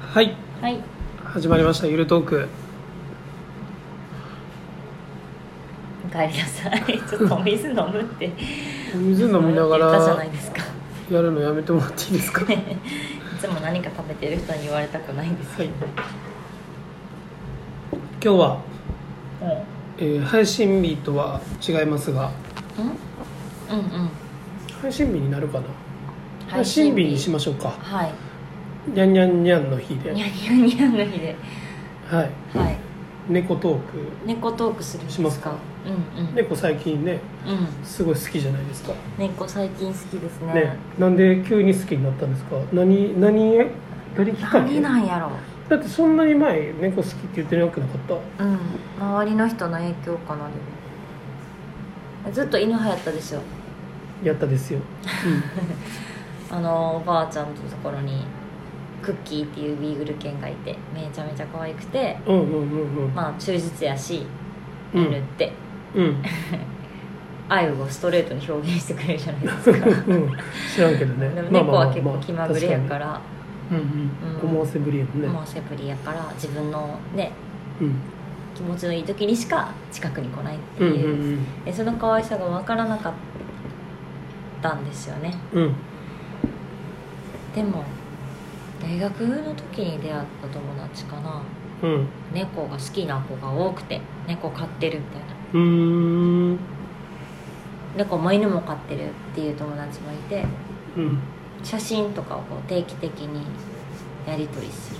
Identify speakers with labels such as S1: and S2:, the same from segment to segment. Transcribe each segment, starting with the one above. S1: はい
S2: はい
S1: 始まりましたゆるトーク
S2: お帰りなさい ちょっとお水飲むって
S1: お水飲みながら
S2: 言ったじゃないですか
S1: やるのやめてもらっていいですか
S2: いつも何か食べてる人に言われたくないんです
S1: は
S2: け
S1: い
S2: ど、
S1: 今日は、
S2: うん
S1: えー配信日とは違いますが
S2: うんうんうん
S1: 配信日になるかな配信日にしましょうか
S2: はい
S1: にゃんにゃんにゃんの日で
S2: ニャンニャンニャンの日で
S1: はい
S2: はい
S1: 猫トーク
S2: 猫トークするんです
S1: し
S2: か
S1: ますか
S2: うんうん、
S1: 猫最近ね
S2: うん、
S1: すごい好きじゃないですか
S2: 猫最近好きですね
S1: ねなんで急に好きになったんですか何何やりきっかけ
S2: 何なんやろ
S1: だってそんなに前猫好きって言ってなくなかった
S2: う、うん、周りの人の影響かなでもずっと犬流行ったでしょ
S1: やったですよ、
S2: あのおばあちゃんのところにクッキーっていうビーグル犬がいてめちゃめちゃ可愛くて
S1: うん、うんうんうんうん
S2: まあ忠実やし
S1: うん
S2: 犬って
S1: うん
S2: 愛をストレートに表現してくれるじゃないです
S1: う
S2: かで
S1: ん知らんけどね
S2: も
S1: まあ
S2: 猫
S1: まあ
S2: は
S1: まあ
S2: 結構気まぐれやから、
S1: 確かにうんうん
S2: うん
S1: 思わせぶりやもんね、
S2: もうセブリやから自分のね
S1: うん
S2: 気持ちのいい時にしか近くに来ないって
S1: うんう
S2: い
S1: ん
S2: う、
S1: うん
S2: でその可愛さが分からなかったんですよね
S1: うん
S2: でも大学の時に出会った友達かな
S1: うん
S2: 猫が好きな子が多くて猫飼ってるみたいな
S1: うーん
S2: 猫も犬も飼ってるっていう友達もいて
S1: うん
S2: 写真とかをこう定期的にやり取りす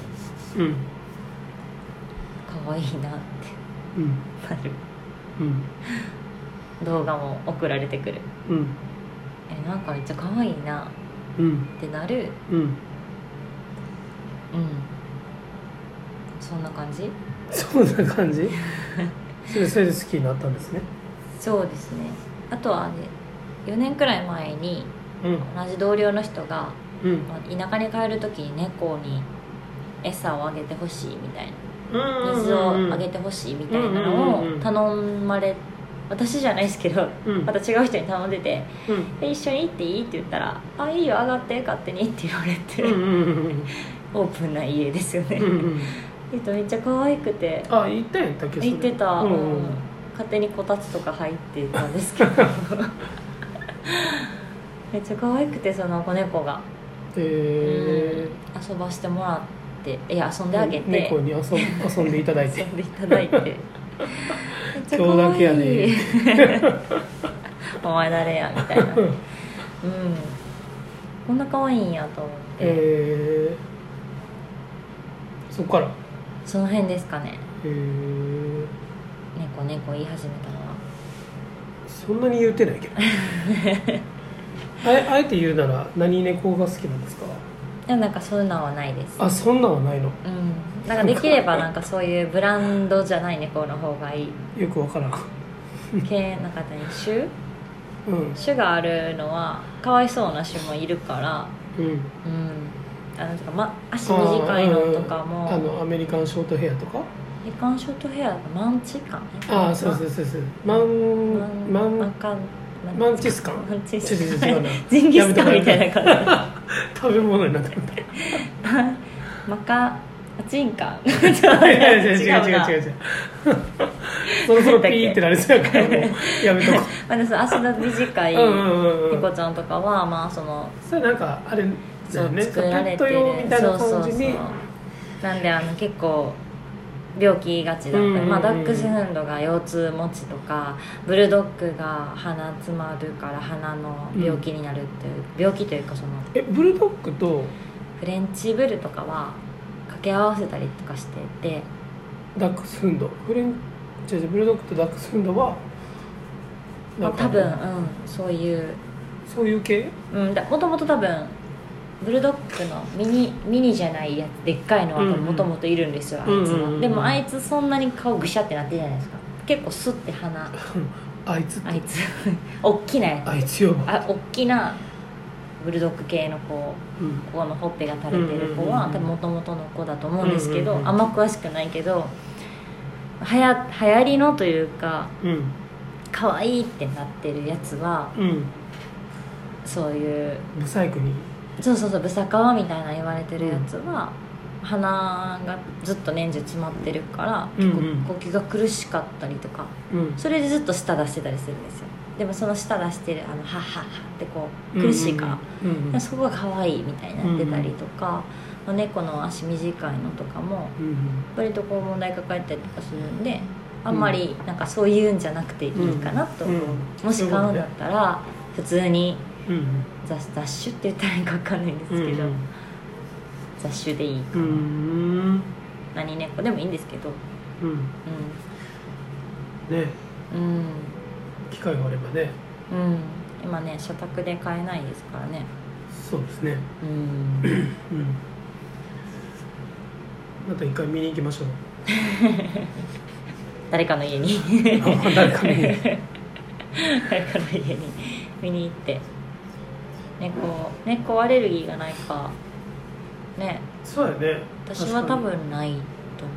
S2: る
S1: うん
S2: 可愛いなっ
S1: うん
S2: てなる
S1: うん
S2: 動画も送られてくる
S1: うん
S2: えなんかめっちゃ可愛いな
S1: うん
S2: ってなる
S1: うん
S2: うんそんな感じ
S1: そんな感じそれそれで好きになったんですね
S2: そうですねあとはね4年くらい前に
S1: うん
S2: 同じ同僚の人が
S1: うん
S2: まあ田舎に帰る時に猫に餌をあげてほしいみたいな水をあげてほしいみたいなのを頼まれ私じゃないですけど
S1: うん
S2: また違う人に頼んでて
S1: うん
S2: 「え一緒に行っていい?」って言ったら「あいいよ上がって勝手に」って言われて、
S1: うんうんうん
S2: オープンな家ですよね、
S1: うんうん
S2: えっとめっちゃ可愛くて
S1: あ行ったんやったっけそれ
S2: 行ってた、
S1: うん
S2: う
S1: うんん
S2: 勝手にこたつとか入ってたんですけど めっちゃ可愛くてその子猫が、
S1: え
S2: うん遊ばしてもらっていや遊ん
S1: ー
S2: であげて
S1: 猫に遊ん 遊んでいただい
S2: 遊
S1: て
S2: んでいただいて めっちゃ可愛い
S1: 今日だけやね
S2: お前誰やみたいなうんこんな可愛いんやと思って、
S1: えー、そっから
S2: その辺ですかね
S1: えー、
S2: 猫猫言い始めたのは
S1: そんなに言っ てないけどあえあえて言うなら何猫が好きなんですか
S2: でもなんかそういうのはないです
S1: あそんなんはないの
S2: うんなんかできればなんかそういうブランドじゃない猫の方がいい
S1: よくわからん
S2: 系なんか何種
S1: うん
S2: 種があるのはかわいそうな種もいるから
S1: うん
S2: うんあのとか、ま、足短いのとかも
S1: あのアメリカンショートヘアとか
S2: ヘカンショートヘアマンチカン
S1: ああそうそうそうそうマンマ
S2: マンマン
S1: ン
S2: カン
S1: マンチスカン
S2: マンチ
S1: 違う
S2: ス
S1: 違う
S2: カ
S1: 違う
S2: ン
S1: な
S2: ジンギスカンみたいな感
S1: 食べ物になってもらっ
S2: じマカチンカン
S1: たいやいや違う違う違う
S2: う
S1: 違う違うそろそろピーってなりそうやからもうやめとこ
S2: なまだそう足の短
S1: う
S2: い
S1: うんうんうんうん
S2: 猫ちゃんとかはまあその
S1: それなんかあれだ
S2: そ
S1: よ
S2: う
S1: ね
S2: 作られ
S1: ペ
S2: て
S1: ット用
S2: る
S1: みたいな
S2: そう
S1: 感
S2: そ
S1: じ
S2: う
S1: に
S2: そうなんであの結構病気がちだったり、
S1: うんうんうん
S2: まあ、ダックスフンドが腰痛持ちとかブルドッグが鼻詰まるから鼻の病気になるっていう、病気というかその
S1: えブルドッグと
S2: フレンチブルとかは掛け合わせたりとかしてて
S1: ダックスフンドフレン違う違うブルドッグとダックスフンドは
S2: まあ多分、うん、そういう、
S1: そういう系
S2: うん、だもともと多分ブルドッグのミニミニじゃないやつでっかいのは
S1: うんうん
S2: もともといるんですよ、あいつ
S1: うんうんう
S2: は
S1: ん
S2: でもあいつそんなに顔ぐしゃってなってるじゃないですか結構スッて 鼻
S1: あいつって
S2: あいつ おっきなやつ
S1: あいつよ、
S2: あおっきなブルドッグ系の子
S1: うん、
S2: ここのほっぺが垂れてる子は、
S1: うんうんうんうん
S2: 多分もともとの子だと思うんですけど、
S1: うんうんうん
S2: あんま詳しくないけどはや流行りのというか
S1: うん
S2: 可愛いってなってるやつは
S1: うん
S2: そういう
S1: ブサイクに
S2: そうそうそうブサカワみたいな言われてるやつは、鼻がずっと年中詰まってるから
S1: うんう
S2: 結
S1: ん
S2: 構呼吸が苦しかったりとか
S1: うん
S2: それでずっと舌出してたりするんですよでもその舌出してるあのハッハッハッってこう苦しいから、
S1: うんうん
S2: でもそこが可愛いみたいになってたりとか、まあ猫の足短いのとかも
S1: うん
S2: 割とこう問題抱えたりとかするんであんまりなんかそういうんじゃなくていいかなと、
S1: うんうん
S2: もし買うんだったら普通に
S1: うんうん
S2: 雑雑種って言ったらいいか分かんないんです
S1: うん
S2: けど、雑種でいいか
S1: う
S2: な、
S1: ん
S2: 何猫でもいいんですけど
S1: うんね
S2: うんうん、
S1: 機会があればね
S2: うん、今ね社宅で買えないですからね
S1: そうですね
S2: うん
S1: うんまた一回見に行きま しょう
S2: 誰かの家に
S1: 誰 かに
S2: 誰かの家に見に行って猫猫アレルギーがないかね
S1: そうやね
S2: 私は
S1: 確
S2: 多
S1: かに
S2: 分ないと思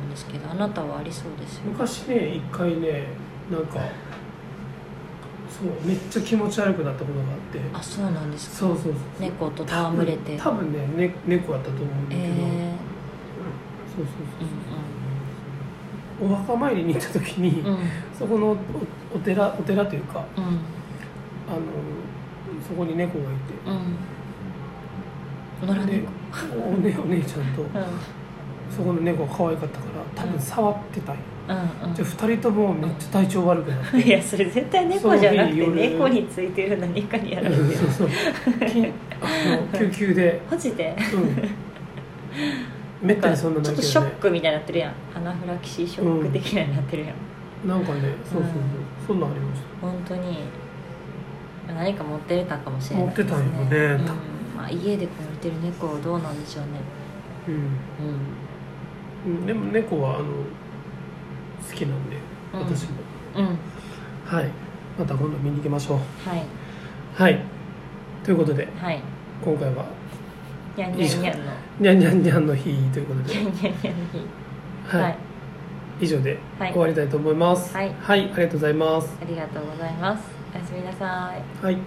S2: うんですけどあなたはありそうですよ
S1: 昔ね一回ねなんかそうめっちゃ気持ち悪くなったことがあって
S2: あそうなんですか
S1: そうそうそう
S2: 猫と戯れて
S1: 多分ねね猫やったと思うんだけど、
S2: え
S1: そうそう
S2: ーう
S1: そうお墓参りに行った時に、
S2: んうん
S1: そこのおお寺お寺というか
S2: うんうん
S1: あのそこに猫がいて
S2: うん野良
S1: で
S2: 猫
S1: おお,、ね、お姉ちゃんと
S2: うん
S1: そこの猫が可愛かったから多分触ってたんよ、
S2: うんうん
S1: じゃあ2人ともめっちゃ体調悪くなって、
S2: いやそれ絶対猫じゃなくて
S1: その日夜
S2: 猫についてる何かにやられてる
S1: そうそうきあの救急で、
S2: マジで
S1: うん、めったにそんな
S2: ち
S1: な
S2: ょっ
S1: いけ
S2: とショ
S1: ど
S2: ッ
S1: ね
S2: クみたいになってるやんアナフラキシーショック的なになってるやん、
S1: なんかねそうそうそう、
S2: うん
S1: そんなんありました
S2: 本当に何か持ってたかもしれない
S1: 持ってたんよね
S2: うんまあ、家でこう見てる猫どうなんでしょうね
S1: うん
S2: う
S1: うん、でも猫はあの好きなんで
S2: うん
S1: 私も、
S2: んうん
S1: はいまた今度見に行きましょう
S2: はい
S1: はいということで
S2: はい
S1: 今回は
S2: ニャンニャンニャンの
S1: ニャンニャンニャンの日ということ
S2: ニ
S1: で、
S2: ャンニャンニャンの日
S1: はい
S2: はい
S1: 以上で
S2: はい
S1: 終わりたいと思います
S2: はい
S1: はい、ありがとうございます
S2: ありがとうございますおやすみなさい
S1: はい